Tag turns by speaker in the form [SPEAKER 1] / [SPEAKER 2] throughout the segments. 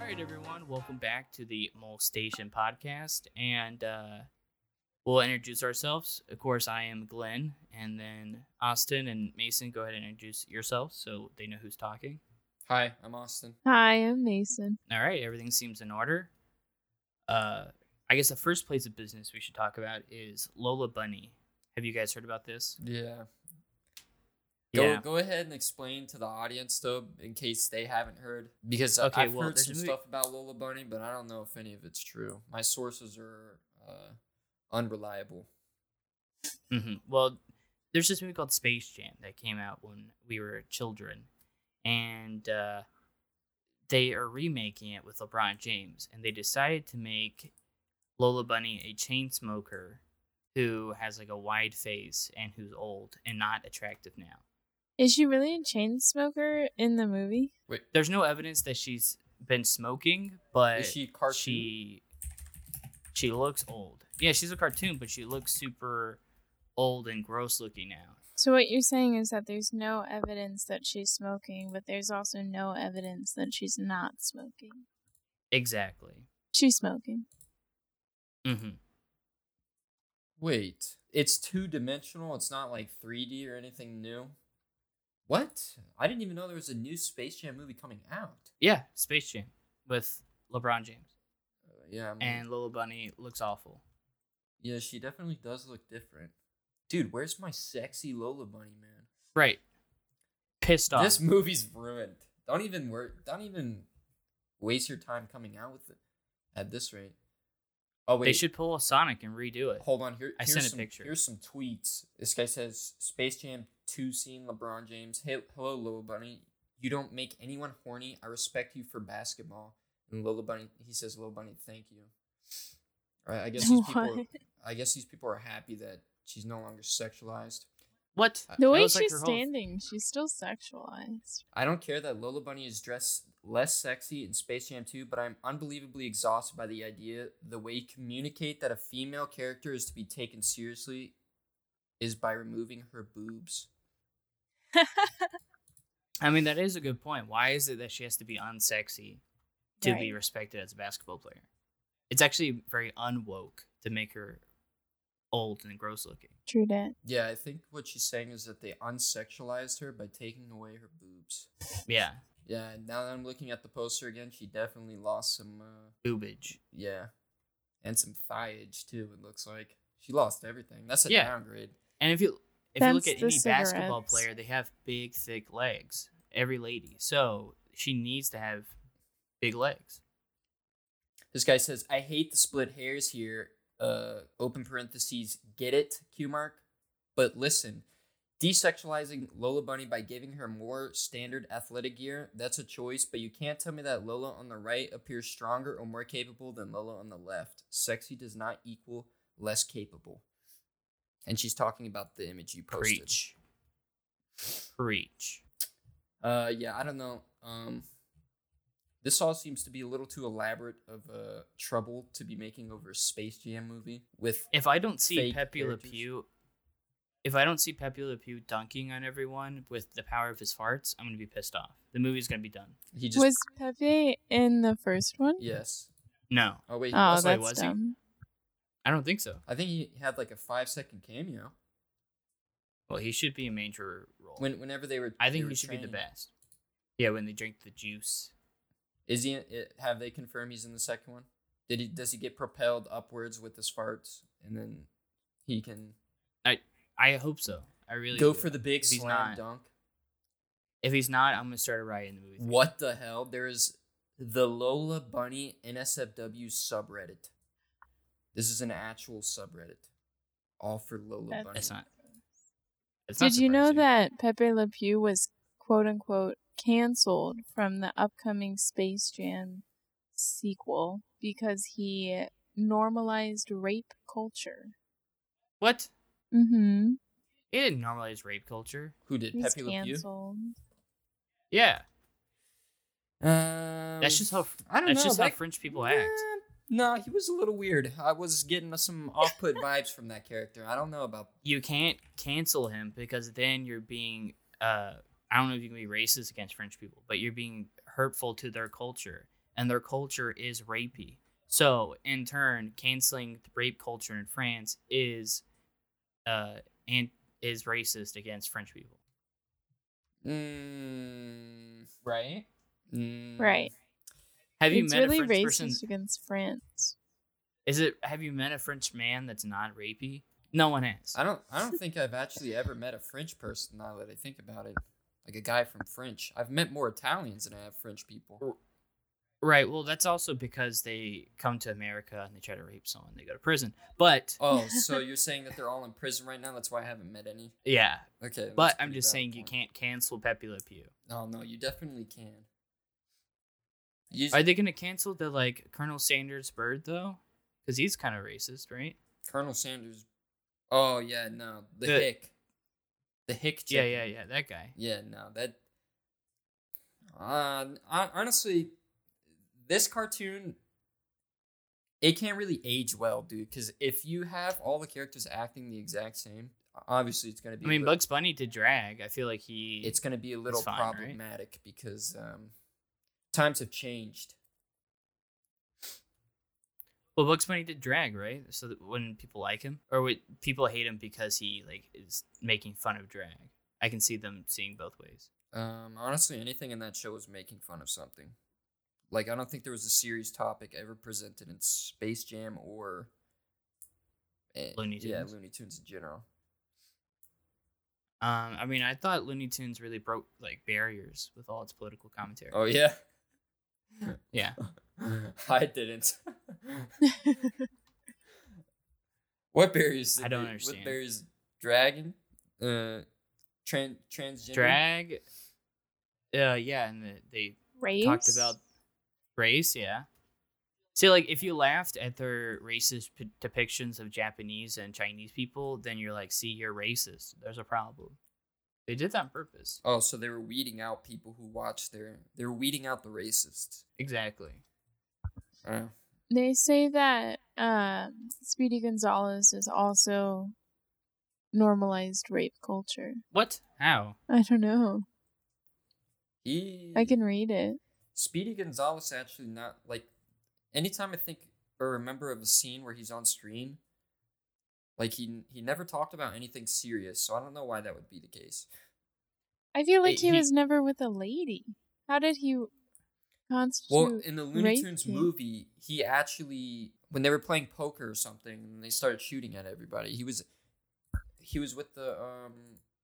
[SPEAKER 1] right, everyone. Welcome back to the Mole Station podcast. And uh, we'll introduce ourselves. Of course, I am Glenn, and then Austin and Mason, go ahead and introduce yourselves so they know who's talking.
[SPEAKER 2] Hi, I'm Austin.
[SPEAKER 3] Hi, I'm Mason.
[SPEAKER 1] All right, everything seems in order. Uh, I guess the first place of business we should talk about is Lola Bunny. Have you guys heard about this?
[SPEAKER 2] Yeah. Go, go ahead and explain to the audience though, in case they haven't heard, because
[SPEAKER 1] Okay,
[SPEAKER 2] I've
[SPEAKER 1] well,
[SPEAKER 2] heard
[SPEAKER 1] there's
[SPEAKER 2] some
[SPEAKER 1] a movie-
[SPEAKER 2] stuff about Lola Bunny, but I don't know if any of it's true. My sources are uh, unreliable. Mm-hmm.
[SPEAKER 1] hmm Well, there's this movie called Space Jam that came out when we were children, and uh, they are remaking it with LeBron James, and they decided to make Lola Bunny a chain smoker who has like a wide face and who's old and not attractive now.
[SPEAKER 3] Is she really a chain smoker in the movie?
[SPEAKER 1] There's no evidence that she's been smoking, but
[SPEAKER 2] Is she cartoon?
[SPEAKER 1] she she looks old. Yeah, she's a cartoon, but she looks super old and gross looking now.
[SPEAKER 3] So what you're saying is that there's no evidence that she's smoking, but there's also no evidence that she's not smoking.
[SPEAKER 1] Exactly.
[SPEAKER 3] She's smoking.
[SPEAKER 2] Mm-hmm.
[SPEAKER 1] hmm
[SPEAKER 2] Wait, it's two dimensional. It's not like 3D or anything new. What? I didn't even know there was a new Space Jam movie coming out.
[SPEAKER 1] Yeah, Space Jam with LeBron James
[SPEAKER 2] Uh, yeah. I'm-
[SPEAKER 1] and Lola Bunny looks awful.
[SPEAKER 2] yeah, she definitely does look different. Dude, where's my sexy Lola Bunny, man?
[SPEAKER 1] Right. Pissed off.
[SPEAKER 2] This movie's ruined. Don't even wor- Don't even waste your time coming out with it at this rate. Oh wait,
[SPEAKER 1] they should pull a Sonic and redo it.
[SPEAKER 2] hold on. Here,
[SPEAKER 1] I
[SPEAKER 2] here's
[SPEAKER 1] sent a
[SPEAKER 2] some,
[SPEAKER 1] picture.
[SPEAKER 2] Here's some tweets. This guy says Space Jam Two scene. LeBron James. Hey, hello, Lola Bunny. You don't make anyone horny. I respect you for basketball. And Lola Bunny, he says, Lola Bunny, thank you. All right, I guess these people.
[SPEAKER 3] What?
[SPEAKER 2] I guess these people are happy that she's no longer sexualized.
[SPEAKER 1] What?
[SPEAKER 2] I-
[SPEAKER 3] The
[SPEAKER 1] That
[SPEAKER 3] way
[SPEAKER 1] was, like,
[SPEAKER 3] she's
[SPEAKER 1] her whole-
[SPEAKER 3] standing, she's still sexualized.
[SPEAKER 2] I don't care that Lola Bunny is dressed less sexy in Space Jam 2, but I'm unbelievably exhausted by the idea the way you communicate that a female character is to be taken seriously is by removing her boobs.
[SPEAKER 1] I mean, that is a good point. Why is it that she has to be unsexy to be
[SPEAKER 3] Right.
[SPEAKER 1] respected as a basketball player? It's actually very unwoke to make her old and gross looking.
[SPEAKER 3] True that.
[SPEAKER 2] Yeah, I think what she's saying is that they unsexualized her by taking away her boobs.
[SPEAKER 1] Yeah,
[SPEAKER 2] Yeah, and now that I'm looking at the poster again, she definitely lost some, uh,
[SPEAKER 1] boobage.
[SPEAKER 2] yeah, and some thighage too, it looks like. She lost everything. That's a
[SPEAKER 1] Yeah.
[SPEAKER 2] downgrade.
[SPEAKER 1] And if you if you look
[SPEAKER 3] That's
[SPEAKER 1] at
[SPEAKER 3] the
[SPEAKER 1] any basketball
[SPEAKER 3] cigarettes.
[SPEAKER 1] player, they have big, thick legs. Every lady, so she needs to have big legs.
[SPEAKER 2] This guy says, I hate the split hairs here. Uh, open parentheses, get it, Q mark. But listen, desexualizing Lola Bunny by giving her more standard athletic gear, that's a choice, but you can't tell me that Lola on the right appears stronger or more capable than Lola on the left. Sexy does not equal less capable. And she's talking about the image you posted.
[SPEAKER 1] Preach. Preach.
[SPEAKER 2] Uh, yeah, I don't know. Um, this all seems to be a little too elaborate of uh, trouble to be making over a Space Jam movie with
[SPEAKER 1] If I don't see
[SPEAKER 2] Fake
[SPEAKER 1] Pepe Le
[SPEAKER 2] characters.
[SPEAKER 1] Pew, if I don't see Pepe Le Pew dunking on everyone with the power of his farts, I'm gonna be pissed off. The movie's gonna be done.
[SPEAKER 2] he just
[SPEAKER 3] Was Pepe in the first one?
[SPEAKER 2] yes.
[SPEAKER 1] No,
[SPEAKER 2] Oh wait, he
[SPEAKER 3] Oh,
[SPEAKER 2] was-
[SPEAKER 1] wait,
[SPEAKER 3] that's
[SPEAKER 1] was he?
[SPEAKER 3] dumb.
[SPEAKER 1] I don't think so.
[SPEAKER 2] I think he had like a five second cameo.
[SPEAKER 1] Well, he should be a major role.
[SPEAKER 2] When whenever they were,
[SPEAKER 1] I
[SPEAKER 2] they
[SPEAKER 1] think
[SPEAKER 2] were
[SPEAKER 1] he should be the
[SPEAKER 2] training.
[SPEAKER 1] best. Yeah, when they drink the juice.
[SPEAKER 2] Is he? It, have they confirmed he's in the second one? Did he? Does he get propelled upwards with his farts, and then he can
[SPEAKER 1] I hope so. I really
[SPEAKER 2] go
[SPEAKER 1] do.
[SPEAKER 2] for the big
[SPEAKER 1] If he's
[SPEAKER 2] slam
[SPEAKER 1] not-
[SPEAKER 2] dunk?
[SPEAKER 1] If he's not, I'm gonna start a riot in the
[SPEAKER 3] Mm.
[SPEAKER 1] movie. theater.
[SPEAKER 2] What the hell? There is the Lola Bunny NSFW subreddit. This is an actual subreddit, all for Lola
[SPEAKER 3] That's-
[SPEAKER 2] Bunny.
[SPEAKER 1] That's not. That's not
[SPEAKER 3] Did you know
[SPEAKER 1] surprising.
[SPEAKER 3] that Pepe Le Pew was quote unquote canceled from the upcoming Space Jam sequel because he normalized rape culture?
[SPEAKER 1] What?
[SPEAKER 3] Mm-hmm.
[SPEAKER 1] He didn't normalize rape culture.
[SPEAKER 2] Who did
[SPEAKER 3] He's
[SPEAKER 2] Pepe Le Pew?
[SPEAKER 3] canceled.
[SPEAKER 1] Yeah,
[SPEAKER 2] Um,
[SPEAKER 1] that's just how.
[SPEAKER 2] I don't
[SPEAKER 1] that's
[SPEAKER 2] know.
[SPEAKER 1] just how
[SPEAKER 2] that-
[SPEAKER 1] French people act.
[SPEAKER 2] Yeah, No, he was a little weird. I was getting some off-put vibes from that character. I don't know about.
[SPEAKER 1] you can't cancel him because then you're being uh I don't know if you can be racist against French people, but you're being hurtful to their culture. and their culture is rapey. So, in turn, canceling the rape culture in France is uh and is racist against French people.
[SPEAKER 2] Mm,
[SPEAKER 1] Right?
[SPEAKER 2] mm.
[SPEAKER 3] Right.
[SPEAKER 1] Have you
[SPEAKER 3] it's
[SPEAKER 1] met
[SPEAKER 3] really
[SPEAKER 1] a French
[SPEAKER 3] racist
[SPEAKER 1] person?
[SPEAKER 3] against France.
[SPEAKER 1] Is it have you met a French man that's not rapey? No one has.
[SPEAKER 2] I don't. I don't think I've actually ever met a French person. Now that I think about it, like a guy from French. I've met more Italians than I have French people.
[SPEAKER 1] Right. Well, that's also because they come to America and they try to rape someone, they go to prison. But
[SPEAKER 2] Oh, so you're saying that they're all in prison right now? That's why I haven't met any.
[SPEAKER 1] yeah,
[SPEAKER 2] Okay. that's
[SPEAKER 1] but
[SPEAKER 2] a
[SPEAKER 1] I'm
[SPEAKER 2] pretty
[SPEAKER 1] just
[SPEAKER 2] valid
[SPEAKER 1] saying you
[SPEAKER 2] point.
[SPEAKER 1] can't cancel Pepe Le Pew.
[SPEAKER 2] Oh no, you definitely can. You
[SPEAKER 1] Are they going to cancel the like Colonel Sanders bird though? Because he's kind of racist, right?
[SPEAKER 2] Colonel Sanders. Oh yeah, no, the,
[SPEAKER 1] The-
[SPEAKER 2] hick. The hick.
[SPEAKER 1] Yeah,
[SPEAKER 2] chicken.
[SPEAKER 1] yeah, yeah. That guy.
[SPEAKER 2] Yeah, no, that. Uh, hon- honestly, this cartoon, it can't really age well, dude. Because if you have all the characters acting the exact same, obviously it's gonna be.
[SPEAKER 1] I
[SPEAKER 2] a
[SPEAKER 1] mean,
[SPEAKER 2] little,
[SPEAKER 1] Bugs Bunny did drag. I feel like he.
[SPEAKER 2] it's gonna be a little
[SPEAKER 1] fine, right?
[SPEAKER 2] problematic because um, times have changed.
[SPEAKER 1] well, Bugs Bunny did drag, right? So that when people like him, or would people hate him because he like is making fun of drag? I can see them seeing both ways.
[SPEAKER 2] Um, honestly, anything in that show was making fun of something. Like, I don't think there was a serious topic ever presented in Space Jam or. eh,
[SPEAKER 1] Looney
[SPEAKER 2] Yeah,
[SPEAKER 1] Tunes?
[SPEAKER 2] Looney Tunes in general.
[SPEAKER 1] Um, I mean, I thought Looney Tunes really broke like barriers with all its political commentary.
[SPEAKER 2] Oh, yeah.
[SPEAKER 1] Yeah.
[SPEAKER 2] I didn't. what barriers? did
[SPEAKER 1] I don't
[SPEAKER 2] they-
[SPEAKER 1] understand.
[SPEAKER 2] What barriers? Dragon, uh, tran- transgender.
[SPEAKER 1] drag uh yeah and the, they
[SPEAKER 3] Race?
[SPEAKER 1] talked about race yeah see like if you laughed at their racist p- depictions of japanese and chinese people then you're like see you're racist there's a problem they did that on purpose
[SPEAKER 2] Oh, so they were weeding out people who watched their. They were weeding out the racists.
[SPEAKER 1] exactly
[SPEAKER 2] Oh.
[SPEAKER 3] They say that um, Speedy Gonzalez is also normalized rape culture.
[SPEAKER 1] what how
[SPEAKER 3] I don't know.
[SPEAKER 2] He.
[SPEAKER 3] I can read it.
[SPEAKER 2] Speedy Gonzalez actually not like anytime I think or remember of a scene where he's on screen, like he he never talked about anything serious, so I don't know why that would be the case.
[SPEAKER 3] I feel like
[SPEAKER 1] Wait,
[SPEAKER 3] he,
[SPEAKER 1] he-
[SPEAKER 3] was never with a lady. How did he constitute?
[SPEAKER 2] Well, in the Looney
[SPEAKER 3] rape
[SPEAKER 2] Tunes
[SPEAKER 3] him?
[SPEAKER 2] movie, he actually when they were playing poker or something and they started shooting at everybody, he was he was with the um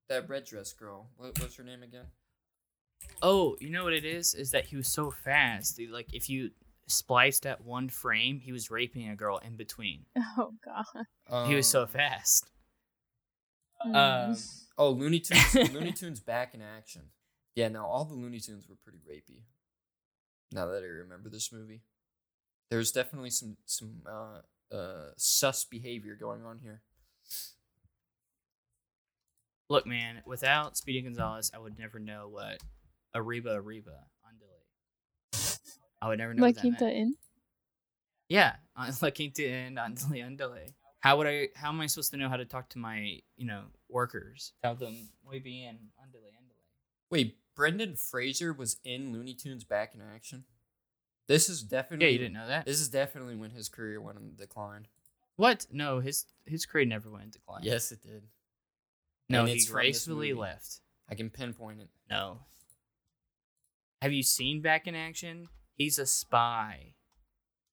[SPEAKER 2] that red dress girl. What what's her name again?
[SPEAKER 1] oh you know what it is is that he was so fast that, like if you spliced at one frame he was raping a girl in between
[SPEAKER 3] Oh God.
[SPEAKER 1] he was so
[SPEAKER 2] Um,
[SPEAKER 1] fast
[SPEAKER 3] Mm.
[SPEAKER 1] um
[SPEAKER 2] Oh, Looney Tunes Looney Tunes back in action. Yeah, no, all the Looney Tunes were pretty rapey. Now that I remember this movie. There's definitely some some uh uh sus behavior going on here.
[SPEAKER 1] Look, man, without Speedy Gonzalez, I would never know what Arriba Arriba Andale. I would never know
[SPEAKER 3] La
[SPEAKER 1] what that
[SPEAKER 3] Quinta
[SPEAKER 1] meant.
[SPEAKER 3] Inn.
[SPEAKER 1] Yeah, uh, La Quinta and Andale Andale. How would I? How am I supposed to know how to talk to my, you know, workers? Tell them muy bien, Andale Andale.
[SPEAKER 2] Wait, Brendan Fraser was in Looney Tunes back in action? This is definitely
[SPEAKER 1] Yeah, you didn't know that.
[SPEAKER 2] This is definitely when his career went on the decline.
[SPEAKER 1] What? No, his his career never went into decline.
[SPEAKER 2] Yes, it did.
[SPEAKER 1] No,
[SPEAKER 2] and
[SPEAKER 1] he
[SPEAKER 2] it's from this
[SPEAKER 1] gracefully
[SPEAKER 2] movie.
[SPEAKER 1] left.
[SPEAKER 2] I can pinpoint it.
[SPEAKER 1] No. Have you seen Back in Action? He's a spy.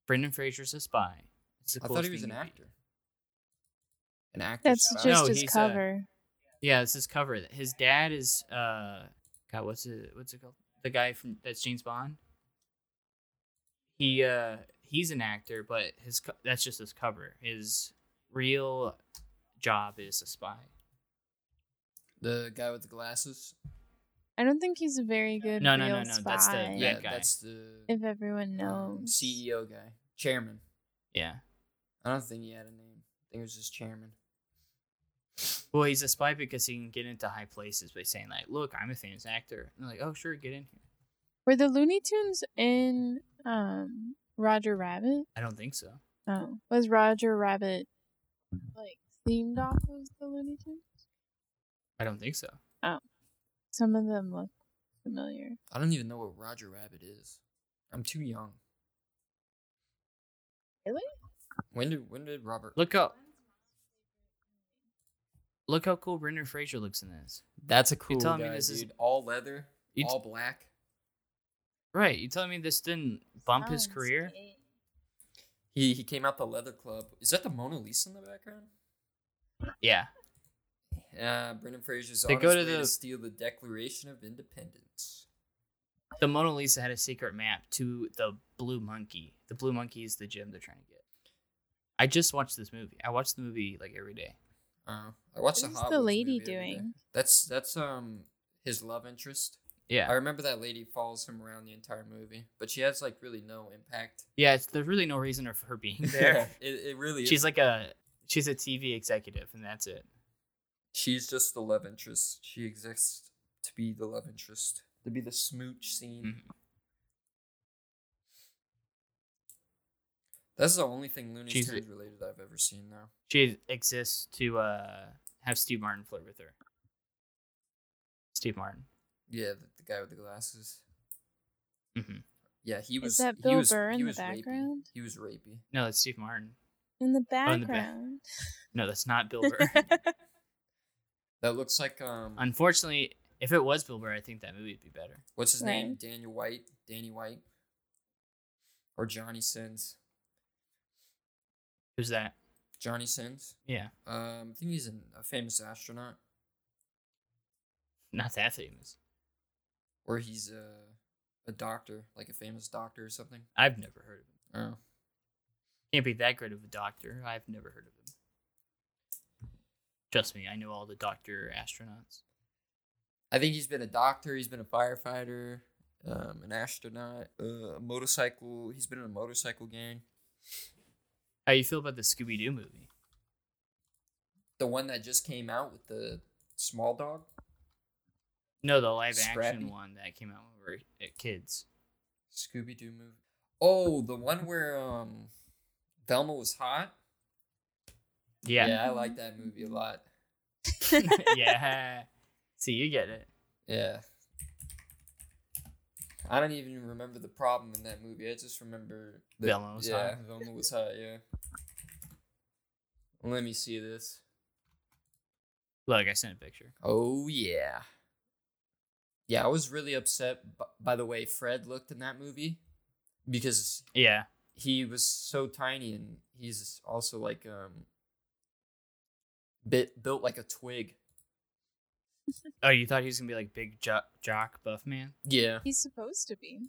[SPEAKER 1] Brendan Fraser's a spy. It's the
[SPEAKER 2] I thought
[SPEAKER 1] coolest
[SPEAKER 2] he was
[SPEAKER 1] thing
[SPEAKER 2] an
[SPEAKER 1] you could do.
[SPEAKER 2] actor. An actor.
[SPEAKER 3] That's
[SPEAKER 2] spouse?
[SPEAKER 3] just
[SPEAKER 1] No,
[SPEAKER 3] his
[SPEAKER 1] he's, uh,
[SPEAKER 3] cover.
[SPEAKER 1] Yeah, it's his cover. His dad is uh God, what's it what's it called? The guy from that's James Bond. He uh he's an actor, but his co- that's just his cover. His real job is a spy.
[SPEAKER 2] the guy with the glasses.
[SPEAKER 3] I don't think he's a very good
[SPEAKER 1] No,
[SPEAKER 3] real
[SPEAKER 1] no, no, no,
[SPEAKER 3] spy.
[SPEAKER 1] that's the-
[SPEAKER 2] Yeah,
[SPEAKER 1] That guy.
[SPEAKER 2] that's the
[SPEAKER 3] If everyone
[SPEAKER 2] um,
[SPEAKER 3] knows.
[SPEAKER 2] CEO guy, chairman.
[SPEAKER 1] Yeah.
[SPEAKER 2] I don't think he had a name. I think it was just chairman.
[SPEAKER 1] Well, he's a spy because he can get into high places by saying like, "Look, I'm a famous actor." And they're like, "Oh, sure, get in here."
[SPEAKER 3] Were the Looney Tunes in um Roger Rabbit?
[SPEAKER 1] I don't think so.
[SPEAKER 3] Oh, was Roger Rabbit like themed off of the Looney Tunes?
[SPEAKER 1] I don't think so.
[SPEAKER 3] Some of them look familiar.
[SPEAKER 2] I don't even know what Roger Rabbit is. I'm too young.
[SPEAKER 3] Really?
[SPEAKER 2] When did when did Robert?
[SPEAKER 1] Look up. Look how cool Brendan Fraser looks in this.
[SPEAKER 2] That's a cool
[SPEAKER 1] telling me
[SPEAKER 2] guy,
[SPEAKER 1] this
[SPEAKER 2] dude.
[SPEAKER 1] is-
[SPEAKER 2] all leather,
[SPEAKER 1] You t-
[SPEAKER 2] all black.
[SPEAKER 1] Right, you telling me this didn't bump his
[SPEAKER 3] Sounds
[SPEAKER 1] career?
[SPEAKER 3] gay.
[SPEAKER 2] He he came out the leather club. Is that the Mona Lisa in the background?
[SPEAKER 1] Yeah.
[SPEAKER 2] Uh, Brendan Fraser's
[SPEAKER 1] They
[SPEAKER 2] on
[SPEAKER 1] go
[SPEAKER 2] his
[SPEAKER 1] to
[SPEAKER 2] way to
[SPEAKER 1] the-
[SPEAKER 2] steal the Declaration of Independence.
[SPEAKER 1] The Mona Lisa had a secret map to the Blue Monkey. The Blue Monkey is the gem they're trying to get. I just watched this movie. I watch the movie like every day.
[SPEAKER 2] Uh, I watched the
[SPEAKER 3] What is
[SPEAKER 2] Hot
[SPEAKER 3] the
[SPEAKER 2] Wheels movie
[SPEAKER 3] lady
[SPEAKER 2] the other day.
[SPEAKER 3] doing?
[SPEAKER 2] That's that's um his love interest. I
[SPEAKER 1] Yeah.
[SPEAKER 2] remember that lady follows him around the entire movie, but she has like really no impact.
[SPEAKER 1] Yeah, it's, there's really no reason for her being there.
[SPEAKER 2] it, it really
[SPEAKER 1] she's
[SPEAKER 2] is.
[SPEAKER 1] like a she's a TV executive and that's it.
[SPEAKER 2] she's just the love interest. She exists to be the love interest, to be the smooch scene.
[SPEAKER 1] Mhm.
[SPEAKER 2] That's the only thing Looney
[SPEAKER 1] She's-
[SPEAKER 2] Tunes related I've ever seen though.
[SPEAKER 1] She exists to uh have Steve Martin flirt with her. Steve Martin.
[SPEAKER 2] Yeah, the, the guy with the glasses.
[SPEAKER 1] hmm
[SPEAKER 2] Yeah, he was.
[SPEAKER 3] Is that
[SPEAKER 2] he
[SPEAKER 3] Bill
[SPEAKER 2] was,
[SPEAKER 3] Burr in
[SPEAKER 2] he
[SPEAKER 3] the
[SPEAKER 2] was rapey.
[SPEAKER 3] background?
[SPEAKER 2] He was rapey.
[SPEAKER 1] No, that's Steve Martin.
[SPEAKER 3] In the
[SPEAKER 1] Oh, in the back.
[SPEAKER 3] background.
[SPEAKER 1] No, that's not Bill Burr.
[SPEAKER 2] That looks like um.
[SPEAKER 1] Unfortunately, if it was Bill Burr, I think that movie would be better.
[SPEAKER 2] What's his name?
[SPEAKER 3] Right.
[SPEAKER 2] Daniel White, Danny White, or Johnny Sins.
[SPEAKER 1] Who's that?
[SPEAKER 2] Johnny Sins.
[SPEAKER 1] Yeah,
[SPEAKER 2] Um, I think he's an, a famous astronaut,
[SPEAKER 1] not that famous.
[SPEAKER 2] or he's a a doctor, like a famous doctor or something.
[SPEAKER 1] I've never heard of him.
[SPEAKER 2] Oh,
[SPEAKER 1] Can't be that great of a doctor. I've never heard of him. Trust me, I know all the doctor astronauts.
[SPEAKER 2] I think he's been a doctor. He's been a firefighter, um, an astronaut, uh, a motorcycle. He's been in a motorcycle gang.
[SPEAKER 1] How you feel about the Scooby Doo movie?
[SPEAKER 2] The one that just came out with the small dog.
[SPEAKER 1] No, the live
[SPEAKER 2] Scrappy?
[SPEAKER 1] action one that came out when we were uh, kids.
[SPEAKER 2] Scooby Doo movie. Oh, the one where um, Velma was hot.
[SPEAKER 1] Yeah, yeah.
[SPEAKER 2] yeah, I like that movie a lot.
[SPEAKER 1] See, you get it.
[SPEAKER 2] Yeah. I don't even remember the problem in that movie. I just remember that-
[SPEAKER 1] Velma was
[SPEAKER 2] yeah,
[SPEAKER 1] hot.
[SPEAKER 2] Velma was hot. Yeah. Let me see this.
[SPEAKER 1] Look, I sent a picture.
[SPEAKER 2] Oh yeah. Yeah, I was really upset b- by the way Fred looked in that movie because
[SPEAKER 1] Yeah,
[SPEAKER 2] he was so tiny and he's also like um bit built like a twig.
[SPEAKER 1] Oh, you thought he was gonna be like big jo- jock buff man?
[SPEAKER 2] Yeah.
[SPEAKER 3] He's supposed to be.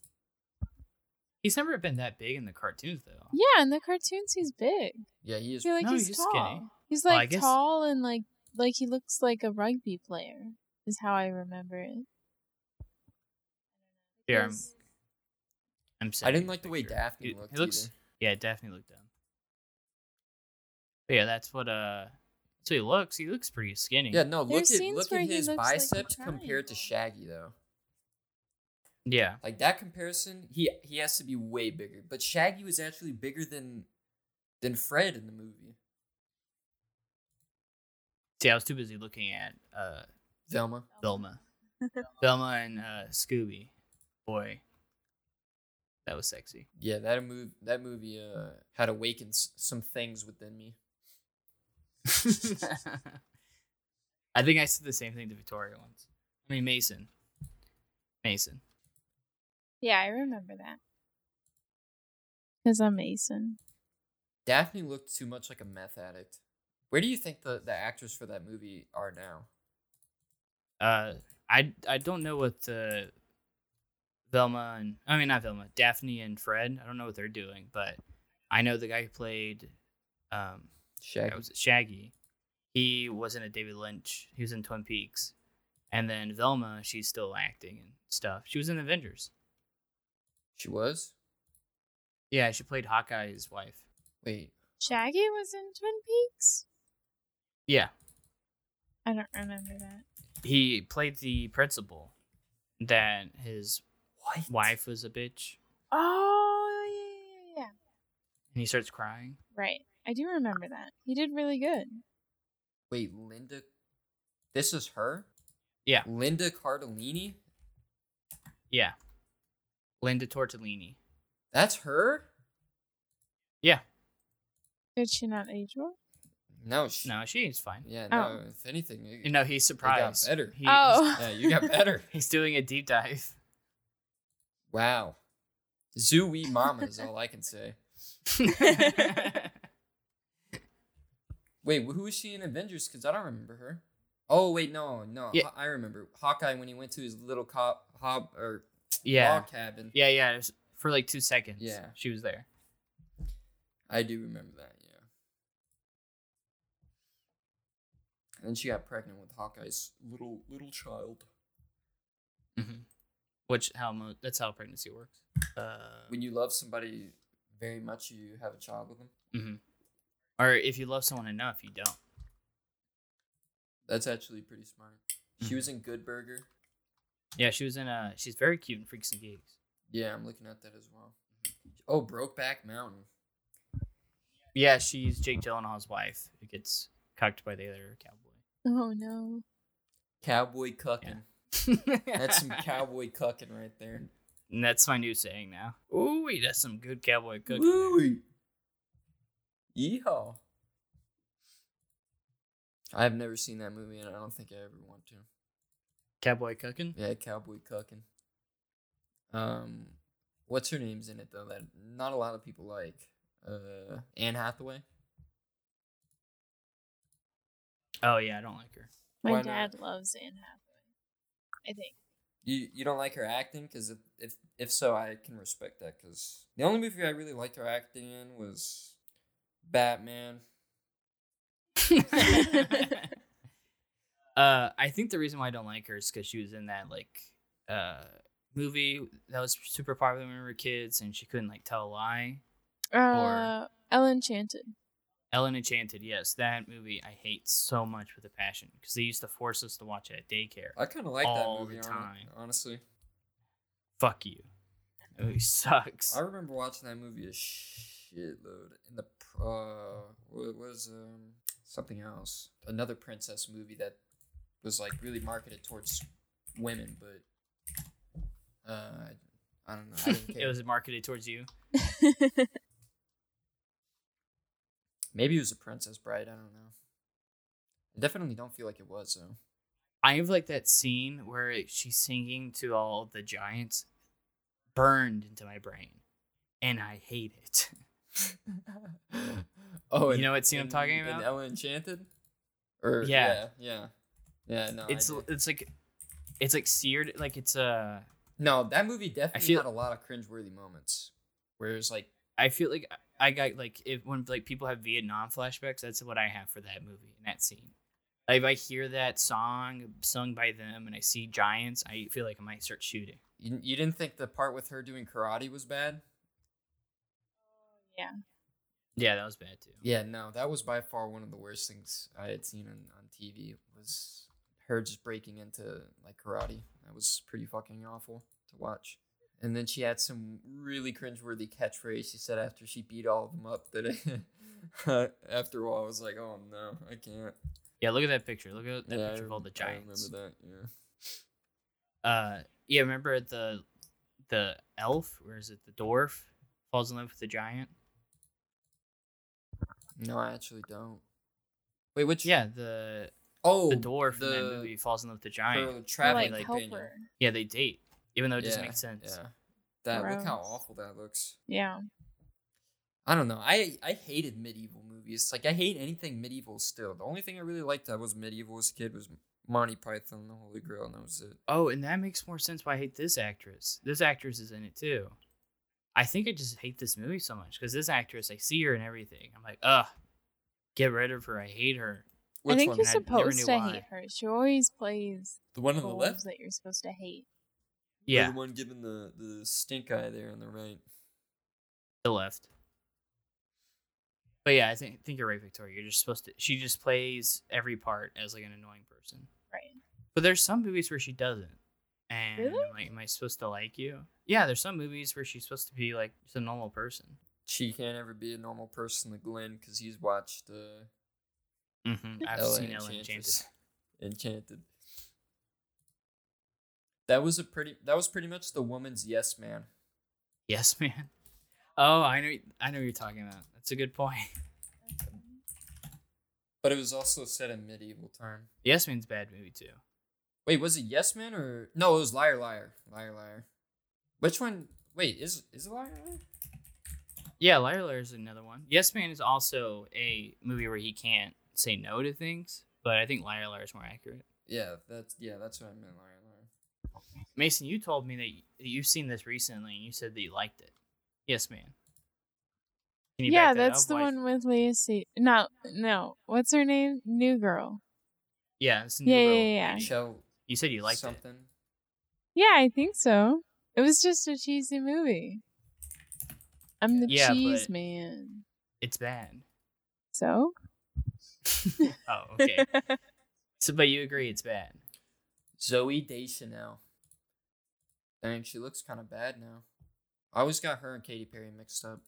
[SPEAKER 1] He's never been that big in the cartoons though.
[SPEAKER 3] Yeah, in the cartoons he's big.
[SPEAKER 2] Yeah, he
[SPEAKER 3] I
[SPEAKER 2] is
[SPEAKER 3] feel like
[SPEAKER 1] No,
[SPEAKER 3] he's,
[SPEAKER 1] he's
[SPEAKER 3] tall.
[SPEAKER 1] skinny.
[SPEAKER 3] He's
[SPEAKER 1] Well, I
[SPEAKER 3] like
[SPEAKER 1] guess-
[SPEAKER 3] tall and like like he looks like a rugby player is how I remember it.
[SPEAKER 1] Here, I'm,
[SPEAKER 3] He's-
[SPEAKER 1] I'm
[SPEAKER 2] I
[SPEAKER 1] sending
[SPEAKER 2] didn't
[SPEAKER 1] you a
[SPEAKER 2] like the way
[SPEAKER 1] picture.
[SPEAKER 2] Daphne
[SPEAKER 1] He-
[SPEAKER 2] looked.
[SPEAKER 1] He looks,
[SPEAKER 2] either.
[SPEAKER 1] yeah, Daphne looked dumb. But yeah, that's what uh, so he looks. He looks pretty skinny.
[SPEAKER 2] Yeah, no, look
[SPEAKER 3] There's
[SPEAKER 2] at
[SPEAKER 3] scenes
[SPEAKER 2] look
[SPEAKER 3] where
[SPEAKER 2] at
[SPEAKER 3] he
[SPEAKER 2] his
[SPEAKER 3] looks like a
[SPEAKER 2] biceps compared to
[SPEAKER 3] triangle.
[SPEAKER 2] Shaggy though.
[SPEAKER 1] yeah,
[SPEAKER 2] Like that comparison, he he has to be way bigger. But Shaggy was actually bigger than than Fred in the movie.
[SPEAKER 1] See, I was too busy looking at uh,
[SPEAKER 2] Velma.
[SPEAKER 1] Velma, Velma and uh, Scooby. Boy, that was sexy.
[SPEAKER 2] Yeah, that move that movie uh had awakened s- some things within me.
[SPEAKER 1] I think I said the same thing to Victoria once. I mean Mason. Mason.
[SPEAKER 3] Yeah, I remember that. Because I'm Mason.
[SPEAKER 2] Daphne looked too much like a meth addict. Where do you think the, the actors for that movie are now?
[SPEAKER 1] Uh, I I don't know what the Velma and I mean not Velma, Daphne and Fred. I don't know what they're doing, but I know the guy who played um
[SPEAKER 2] Shaggy.
[SPEAKER 1] that was Shaggy. He was in a David Lynch. He was in Twin Peaks, and then Velma. She's still acting and stuff. She was in Avengers.
[SPEAKER 2] she was?
[SPEAKER 1] Yeah, she played Hawkeye's wife.
[SPEAKER 2] Wait.
[SPEAKER 3] Shaggy was in Twin Peaks?
[SPEAKER 1] Yeah,
[SPEAKER 3] I don't remember that.
[SPEAKER 1] he played the principal. That his
[SPEAKER 2] What?
[SPEAKER 1] wife was a bitch,
[SPEAKER 3] Oh yeah, yeah, yeah, yeah.
[SPEAKER 1] and he starts crying.
[SPEAKER 3] Right. I do remember that. He did really good.
[SPEAKER 2] Wait, Linda This is her?
[SPEAKER 1] Yeah.
[SPEAKER 2] Linda Cardellini?
[SPEAKER 1] Yeah, Linda Tortellini.
[SPEAKER 2] That's her?
[SPEAKER 1] Yeah,
[SPEAKER 3] Did she not age well?
[SPEAKER 2] No, sh-
[SPEAKER 1] No, she's fine.
[SPEAKER 2] Yeah,
[SPEAKER 3] Oh.
[SPEAKER 2] no. If anything, you,
[SPEAKER 1] No, he's surprised.
[SPEAKER 2] better.
[SPEAKER 1] He-
[SPEAKER 3] oh.
[SPEAKER 2] yeah, you got better.
[SPEAKER 1] He's, he's doing a deep dive.
[SPEAKER 2] wow, Zooey Mama is all I can say. Wait, who was she in Avengers? Because I don't remember her. Oh wait, no, no,
[SPEAKER 1] Yeah.
[SPEAKER 2] Haw- I remember Hawkeye when he went to his little cop hob or log
[SPEAKER 1] yeah.
[SPEAKER 2] cabin.
[SPEAKER 1] Yeah, yeah. It was for like two seconds.
[SPEAKER 2] Yeah.
[SPEAKER 1] She was there.
[SPEAKER 2] I do remember that. Yeah. And then she got pregnant with Hawkeye's little little child. Mm-hmm.
[SPEAKER 1] hmm Which, how mo- that's how pregnancy works. Uh,
[SPEAKER 2] When you love somebody very much, you have a child with them.
[SPEAKER 1] mhm. Or if you love someone enough, you don't.
[SPEAKER 2] That's actually pretty smart. She
[SPEAKER 1] Mhm.
[SPEAKER 2] was in Good Burger.
[SPEAKER 1] Yeah, she was in a. She's very cute in Freaks and Geeks.
[SPEAKER 2] Yeah, I'm looking at that as well. Oh, Brokeback Mountain.
[SPEAKER 1] Yeah, she's Jake Gyllenhaal's wife who gets cucked by the other cowboy.
[SPEAKER 3] Oh no.
[SPEAKER 2] Cowboy cucking. That's some cowboy cucking right there.
[SPEAKER 1] And that's my new saying now. Ooh, that's some good cowboy cooking. there.
[SPEAKER 2] Woo! Yeehaw. I've never seen that movie, and I don't think I ever want to.
[SPEAKER 1] Cowboy cooking.
[SPEAKER 2] Yeah, cowboy cucking. Um, what's her name's in it though? That not a lot of people like. Uh, Anne Hathaway.
[SPEAKER 1] Oh yeah, I don't like her.
[SPEAKER 3] My
[SPEAKER 2] Why not?
[SPEAKER 3] dad loves Anne Hathaway. I think.
[SPEAKER 2] You you don't like her acting because if, if if so, I can respect that because the only movie I really liked her acting in was Batman.
[SPEAKER 1] uh, I think the reason why I don't like her is because she was in that like uh movie that was super popular when we were kids, and she couldn't like tell a lie.
[SPEAKER 3] Uh, Ellen Chanted.
[SPEAKER 1] Ellen Enchanted, yes, that movie I hate so much with a passion because they used to force us to watch it at daycare.
[SPEAKER 2] I kind of like
[SPEAKER 1] All
[SPEAKER 2] that movie.
[SPEAKER 1] the
[SPEAKER 2] hon-
[SPEAKER 1] time.
[SPEAKER 2] honestly,
[SPEAKER 1] Fuck you. That movie sucks.
[SPEAKER 2] I remember watching that movie a shitload in the pr- uh, what was um something else, another princess movie that was like really marketed towards women, but uh, I don't know. I didn't
[SPEAKER 1] it
[SPEAKER 2] care.
[SPEAKER 1] was marketed towards you.
[SPEAKER 2] Maybe it was a Princess Bride. I don't know. I definitely don't feel like it was though.
[SPEAKER 1] I have like that scene where she's singing to all the giants burned into my brain, and I hate it.
[SPEAKER 2] oh,
[SPEAKER 1] You
[SPEAKER 2] and-
[SPEAKER 1] know what scene I'm
[SPEAKER 2] and-
[SPEAKER 1] talking
[SPEAKER 2] and
[SPEAKER 1] about?
[SPEAKER 2] Ellen Enchanted. Or yeah,
[SPEAKER 1] Yeah.
[SPEAKER 2] yeah, yeah. no, I
[SPEAKER 1] it's
[SPEAKER 2] did.
[SPEAKER 1] it's like it's like seared like it's uh
[SPEAKER 2] no. That movie definitely
[SPEAKER 1] feel-
[SPEAKER 2] had a lot of cringeworthy moments. Where it's like,
[SPEAKER 1] I feel like I got like if when like people have Vietnam flashbacks, that's what I have for that movie and that scene. Like, If I hear that song sung by them and I see giants, I feel like I might start shooting.
[SPEAKER 2] you, you didn't think the part with her doing karate was bad?
[SPEAKER 1] Yeah, that was bad too.
[SPEAKER 2] Yeah, no, that was by far one of the worst things I had seen on, on TV was her just breaking into like karate. That was pretty fucking awful to watch. And then she had some really cringeworthy catchphrase she said after she beat all of them up that I, after a while I was like, oh no, I can't.
[SPEAKER 1] Yeah, look at that picture. Look at that
[SPEAKER 2] Yeah, I
[SPEAKER 1] picture of all
[SPEAKER 2] rem-
[SPEAKER 1] the giants.
[SPEAKER 2] I remember that, yeah.
[SPEAKER 1] uh yeah remember the the elf or is it the dwarf falls in love with the giant
[SPEAKER 2] No, I actually don't. Wait, which?
[SPEAKER 1] yeah the
[SPEAKER 2] Oh,
[SPEAKER 1] the dwarf in that
[SPEAKER 2] the-
[SPEAKER 1] movie falls in love with the
[SPEAKER 2] her
[SPEAKER 1] giant
[SPEAKER 2] traveling
[SPEAKER 1] like,
[SPEAKER 2] companion.
[SPEAKER 3] helper.
[SPEAKER 1] yeah they date even though it doesn't
[SPEAKER 2] Yeah,
[SPEAKER 1] make sense
[SPEAKER 2] Yeah. That, look how
[SPEAKER 3] Gross.
[SPEAKER 2] awful that looks.
[SPEAKER 3] Yeah.
[SPEAKER 2] I don't know. I I hated medieval movies. Like I hate anything medieval still. The only thing I really liked that was medieval as a kid was Monty Python and the Holy Grail, and that was it.
[SPEAKER 1] oh and that makes more sense why i hate this actress this actress is in it too i think i just hate this movie so much because this actress i see her and everything i'm like ugh get rid of her i hate her
[SPEAKER 3] I think you're
[SPEAKER 1] I never
[SPEAKER 3] supposed
[SPEAKER 1] knew
[SPEAKER 3] to
[SPEAKER 1] why.
[SPEAKER 3] hate her. She always plays
[SPEAKER 2] the one
[SPEAKER 3] roles that you're supposed to hate.
[SPEAKER 1] yeah
[SPEAKER 2] the one giving the, the stink eye there on the right.
[SPEAKER 1] the left. But yeah, I think think you're right, Victoria. You're just supposed to. She just plays every part as like an annoying person.
[SPEAKER 3] Right.
[SPEAKER 1] But there's some movies where she doesn't. And
[SPEAKER 3] Really?
[SPEAKER 1] I'm like, am I supposed to like you? Yeah, there's some movies where she's supposed to be like just a normal person.
[SPEAKER 2] She can't ever be a normal person to Glenn because he's watched uh,
[SPEAKER 1] Mm-hmm. I've
[SPEAKER 2] Ella
[SPEAKER 1] seen Ellen Enchanted.
[SPEAKER 2] Enchantress. Enchanted. That was a pretty. That was pretty much the woman's yes man.
[SPEAKER 1] Yes, man. Oh, I know. I know what you're talking about. That's a good point.
[SPEAKER 2] But it was also set in medieval time.
[SPEAKER 1] Yes Man's a bad movie too.
[SPEAKER 2] Wait, was it Yes Man or no? It was Liar Liar Liar Liar. Which one? Wait, is is it Liar Liar?
[SPEAKER 1] Yeah, Liar Liar is another one. Yes Man is also a movie where he can't say no to things, but I think Liar Liar is more accurate.
[SPEAKER 2] Yeah, that's yeah, that's what I meant. Liar Liar.
[SPEAKER 1] Mason, you told me that y- that you've seen this recently and you said that you liked it. Yes Man. Can you
[SPEAKER 3] yeah,
[SPEAKER 1] back that
[SPEAKER 3] that's
[SPEAKER 1] up?
[SPEAKER 3] the
[SPEAKER 1] Why-
[SPEAKER 3] one with Leah. Se- no, no. What's her name? New girl.
[SPEAKER 1] Yeah, it's a
[SPEAKER 3] Yeah,
[SPEAKER 1] new
[SPEAKER 3] yeah,
[SPEAKER 1] role.
[SPEAKER 3] yeah, yeah.
[SPEAKER 2] Shell
[SPEAKER 1] You said you liked it.
[SPEAKER 2] something.
[SPEAKER 3] Yeah, I think so. It was just a cheesy movie. I'm the
[SPEAKER 1] Yeah,
[SPEAKER 3] cheese
[SPEAKER 1] but-
[SPEAKER 3] man.
[SPEAKER 1] It's bad.
[SPEAKER 3] So
[SPEAKER 1] Oh, okay. so, but you agree it's bad.
[SPEAKER 2] Zoe Deschanel. Dang, she looks kind of bad now. I always got her and Katy Perry mixed up,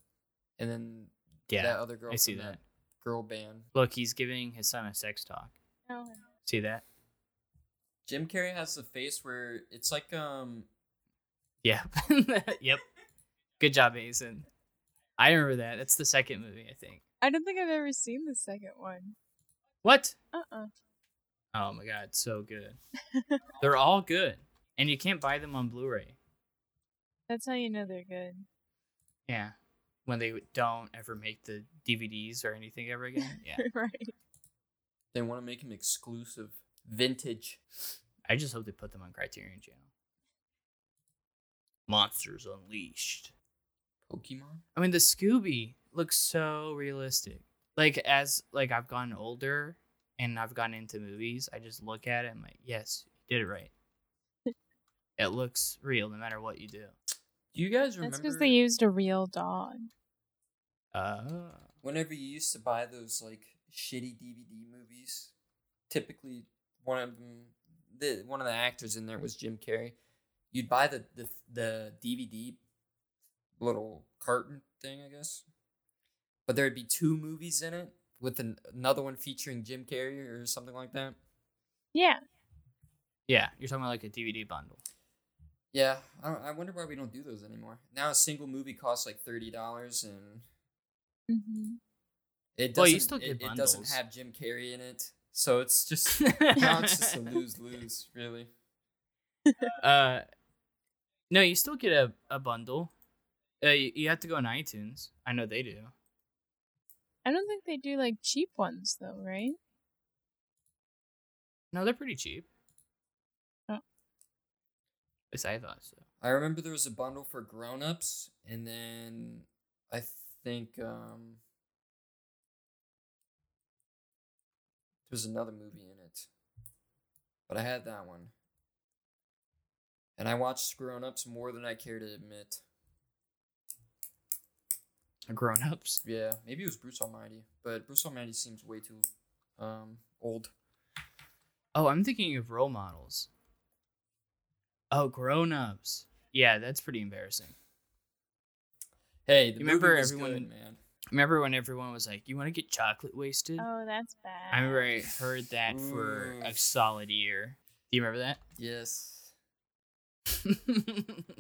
[SPEAKER 2] and then that other girl.
[SPEAKER 1] I see
[SPEAKER 2] from
[SPEAKER 1] that.
[SPEAKER 2] girl band.
[SPEAKER 1] Look, he's giving his son a sex talk. See that?
[SPEAKER 2] Jim Carrey has the face where it's like um
[SPEAKER 1] Yeah. yep. Good job, Mason. I remember that. That's the second movie, I think.
[SPEAKER 3] I don't think I've ever seen the second one.
[SPEAKER 1] What?
[SPEAKER 3] Uh uh
[SPEAKER 1] Oh my god, so good. They're all good, and you can't buy them on Blu-ray.
[SPEAKER 3] That's how you know they're good.
[SPEAKER 1] Yeah. When they don't ever make the DVDs or anything ever again. Yeah.
[SPEAKER 3] right.
[SPEAKER 2] they want to make him exclusive, vintage.
[SPEAKER 1] I just hope they put them on Criterion Channel. Monsters Unleashed.
[SPEAKER 2] Pokemon.
[SPEAKER 1] I mean, the Scooby looks so realistic. Like as like I've gotten older and I've gotten into movies, I just look at it and I'm like, yes, you did it right. it looks real no matter what you do.
[SPEAKER 2] Do you guys
[SPEAKER 3] That's
[SPEAKER 2] remember?
[SPEAKER 3] because they used a real dog.
[SPEAKER 1] Uh,
[SPEAKER 2] whenever you used to buy those like shitty DVD movies, typically one of them, the one of the actors in there was Jim Carrey. You'd buy the the, the DVD little carton thing, I guess, but there'd be two movies in it with an, another one featuring Jim Carrey or something like that.
[SPEAKER 3] Yeah.
[SPEAKER 1] yeah, you're talking about like a DVD bundle.
[SPEAKER 2] Yeah, I, don't, I wonder why we don't do those anymore. Now a single movie costs like thirty dollars, and
[SPEAKER 3] hmm
[SPEAKER 2] it doesn't.
[SPEAKER 1] Well, you still get
[SPEAKER 2] it, it doesn't
[SPEAKER 1] bundles.
[SPEAKER 2] have Jim Carrey in it, so it's just now it's just a lose lose, really.
[SPEAKER 1] uh, no, you still get a a bundle. Uh, you, you have to go on iTunes. I know they do.
[SPEAKER 3] I don't think they do like cheap ones though, right?
[SPEAKER 1] No, they're pretty cheap.
[SPEAKER 3] Oh.
[SPEAKER 1] At least I thought so.
[SPEAKER 2] I remember there was a bundle for grown ups, and then I think um there was another movie in it, but I had that one, and I watched grown ups more than I care to admit.
[SPEAKER 1] Grown ups.
[SPEAKER 2] Yeah, maybe it was Bruce Almighty, but Bruce Almighty seems way too um old.
[SPEAKER 1] Oh, I'm thinking of role models. Oh, grown ups. Yeah, that's pretty embarrassing.
[SPEAKER 2] Hey, the
[SPEAKER 1] You
[SPEAKER 2] movie
[SPEAKER 1] remember
[SPEAKER 2] was
[SPEAKER 1] everyone
[SPEAKER 2] good,
[SPEAKER 1] in-
[SPEAKER 2] man.
[SPEAKER 1] Remember when everyone was like, You want to get chocolate wasted?
[SPEAKER 3] Oh, that's bad.
[SPEAKER 1] I remember I heard that for a
[SPEAKER 2] Ooh.
[SPEAKER 1] solid year. Do you remember that?
[SPEAKER 2] Yes,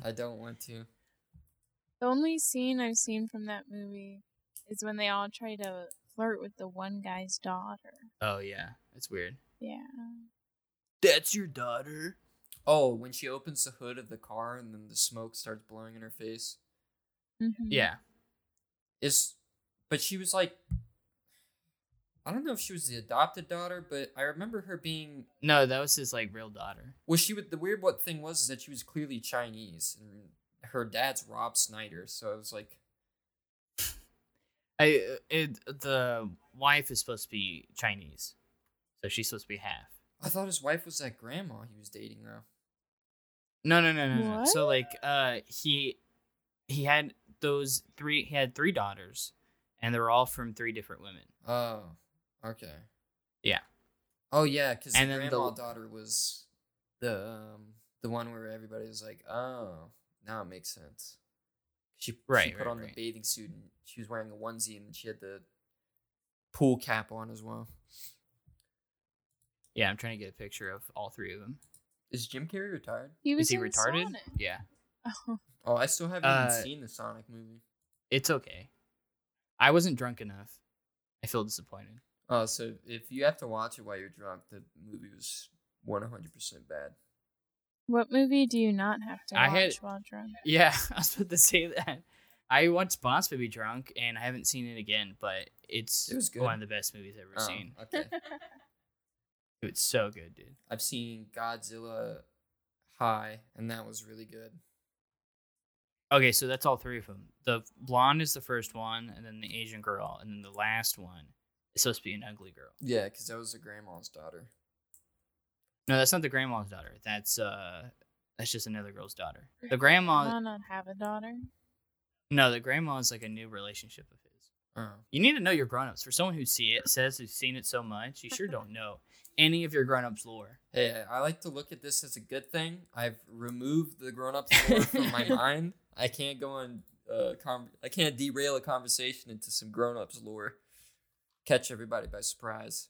[SPEAKER 2] I don't want to.
[SPEAKER 3] The only scene I've seen from that movie is when they all try to flirt with the one guy's daughter.
[SPEAKER 1] oh, yeah. That's weird.
[SPEAKER 3] Yeah.
[SPEAKER 1] That's your daughter?
[SPEAKER 2] Oh, when she opens the hood of the car and then the smoke starts blowing in her face.
[SPEAKER 3] Mhm.
[SPEAKER 1] Yeah.
[SPEAKER 2] Is but she was like I don't know if she was the adopted daughter, but I remember her being
[SPEAKER 1] No, that was his like real daughter.
[SPEAKER 2] well she would the weird what thing was is that she was clearly Chinese and her dad's Rob Snyder, so it was like
[SPEAKER 1] I uh, it, the wife is supposed to be Chinese. So she's supposed to be half.
[SPEAKER 2] I thought his wife was that grandma he was dating though.
[SPEAKER 1] No, no, no, no, no. So
[SPEAKER 3] What?
[SPEAKER 1] like, uh, he he had those three. He had three daughters, and they were all from three different women.
[SPEAKER 2] Oh, okay.
[SPEAKER 1] Yeah.
[SPEAKER 2] Oh yeah, because the
[SPEAKER 1] And then the-
[SPEAKER 2] grandma daughter was the um, the one where everybody was like, "Oh, now it makes sense." She
[SPEAKER 1] Right,
[SPEAKER 2] she put
[SPEAKER 1] right,
[SPEAKER 2] on
[SPEAKER 1] right.
[SPEAKER 2] the bathing suit and she was wearing a onesie and she had the pool cap on as well.
[SPEAKER 1] Yeah, I'm trying to get a picture of all three of them.
[SPEAKER 2] Is Jim Carrey retired?
[SPEAKER 3] He was
[SPEAKER 1] Is he
[SPEAKER 3] in
[SPEAKER 1] retarded?
[SPEAKER 3] Sonic.
[SPEAKER 1] Yeah,
[SPEAKER 3] Oh,
[SPEAKER 2] Oh, I still haven't
[SPEAKER 1] Uh,
[SPEAKER 2] even seen the Sonic movie.
[SPEAKER 1] it's okay. I wasn't drunk enough. I feel disappointed.
[SPEAKER 2] Oh, so if you have to watch it while you're drunk, the movie was 100% bad.
[SPEAKER 3] What movie do you not have to watch
[SPEAKER 1] I had-
[SPEAKER 3] while drunk?
[SPEAKER 1] Yeah, I was about to say that. I watched Boss Baby drunk, and I haven't seen it again, but it's
[SPEAKER 2] It was good.
[SPEAKER 1] one of the best movies I've ever
[SPEAKER 2] Oh,
[SPEAKER 1] seen.
[SPEAKER 2] okay.
[SPEAKER 1] It's so good, dude.
[SPEAKER 2] I've seen Godzilla High, and that was really good.
[SPEAKER 1] Okay, so that's all three of them. The blonde is the first one, and then the Asian girl, and then the last one is supposed to be an ugly girl.
[SPEAKER 2] Yeah, because that was the grandma's daughter.
[SPEAKER 1] No, that's not the grandma's daughter. That's uh, that's just another girl's daughter. The grandma,
[SPEAKER 3] I not have a daughter.
[SPEAKER 1] no, the grandma is like a new relationship of his.
[SPEAKER 2] Oh.
[SPEAKER 1] You need to know your grown-ups. For someone who see it says who's seen it so much, you sure don't know any of your grown-ups lore.
[SPEAKER 2] Hey, I like to look at this as a good thing. I've removed the grown-up lore from my mind. I can't go on. Uh, com- I can't derail a conversation into some grown-ups lore. Catch everybody by surprise.